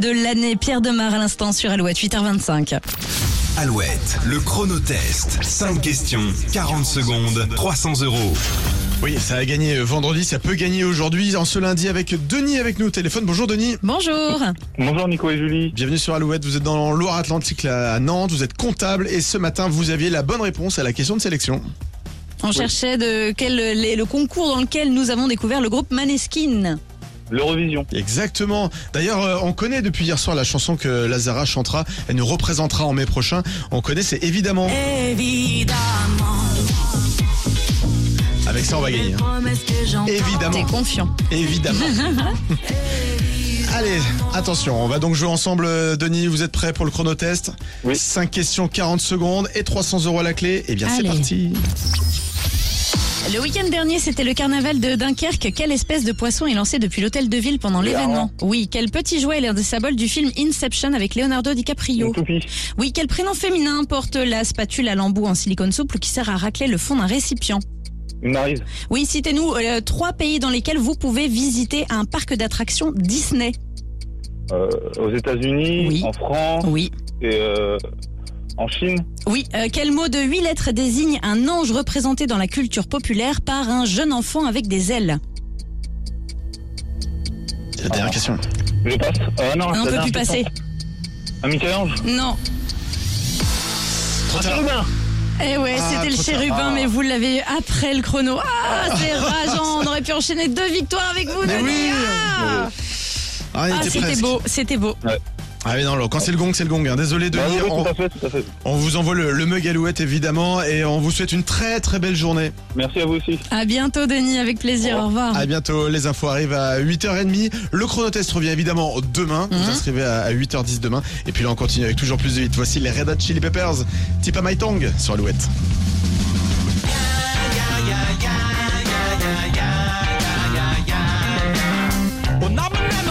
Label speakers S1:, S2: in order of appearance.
S1: de l'année. Pierre Demar à l'instant sur Alouette 8h25.
S2: Alouette, le chronotest. 5 questions, 40 secondes, 300 euros.
S3: Oui, ça a gagné vendredi, ça peut gagner aujourd'hui, en ce lundi, avec Denis avec nous au téléphone. Bonjour Denis,
S1: Bonjour.
S4: Bonjour Nico et Julie.
S3: bienvenue sur Alouette, vous êtes dans Loire-Atlantique là, à Nantes, vous êtes comptable et ce matin vous aviez la bonne réponse à la question de sélection.
S1: On cherchait de quel les- le concours dans lequel nous avons découvert le groupe Maneskin.
S4: L'Eurovision.
S3: Exactement, d'ailleurs euh, on connaît depuis hier soir la chanson que Lazara chantera, elle nous représentera en mai prochain, on connaît c'est évidemment.
S5: Évidemment,
S3: Avec ça on va gagner. hein.
S5: promesse que j'en
S1: T'es
S3: Évidemment,
S1: confiant.
S3: évidemment. Allez, attention, on va donc jouer ensemble euh, Denis, vous êtes prêts pour le chronotest
S4: Oui.
S3: 5 questions, 40 secondes et 300 euros à la clé, et bien c'est
S1: Allez.
S3: parti
S1: Le week-end dernier, c'était le carnaval de Dunkerque. Quelle espèce de poisson est lancée depuis l'hôtel de ville pendant l'événement Oui, quel petit jouet est l'un des symboles du film Inception avec Leonardo DiCaprio
S4: Une toupie.
S1: Oui, quel prénom féminin porte la spatule à l'embout en silicone souple qui sert à racler le fond d'un récipient
S4: Une marise.
S1: Oui, citez-nous euh, trois pays dans lesquels vous pouvez visiter un parc d'attractions Disney.
S4: Euh, aux États-Unis,
S1: Oui.
S4: en France
S1: Oui.
S4: et euh, en Chine.
S1: Oui, euh, quel mot de huit lettres désigne un ange représenté dans la culture populaire par un jeune enfant avec des ailes
S3: C'est la dernière question.
S4: Je passe. Ah non,
S1: On
S4: la
S1: ne peut
S4: dernière
S1: plus
S4: question.
S1: passer.
S4: Un Michel-Ange.
S1: Non.
S3: Trop tard.
S4: Robin.
S1: Eh ouais,
S3: Ah,
S1: c'était le
S3: trop tard.
S1: chérubin, mais vous l'avez eu après le chrono. Ah, c'est rageant. On aurait pu enchaîner deux victoires avec vous,
S3: Mais
S1: Denis.
S3: oui
S1: Ah,
S3: Ah, il
S1: Ah,
S3: était
S1: c'était
S3: presque.
S1: beau, c'était beau.
S3: Ah oui, non, alors, quand c'est le gong, c'est le gong. hein. Désolé de
S4: Bah oui, oui,
S3: on,
S4: tout à fait, tout à fait.
S3: on vous envoie le, le mug Alouette, évidemment, et on vous souhaite une très très belle journée.
S4: Merci à vous aussi.
S1: À bientôt, Denis, avec plaisir. Au revoir.
S3: À bientôt, les infos arrivent à 8h30. Le chronotest revient évidemment demain. Vous
S1: Mhm.
S3: inscrivez à, à 8h10 demain. Et puis là, on continue avec toujours plus de hits. Voici les Red Hot Chili Peppers, Tipa My Tongue sur Alouette.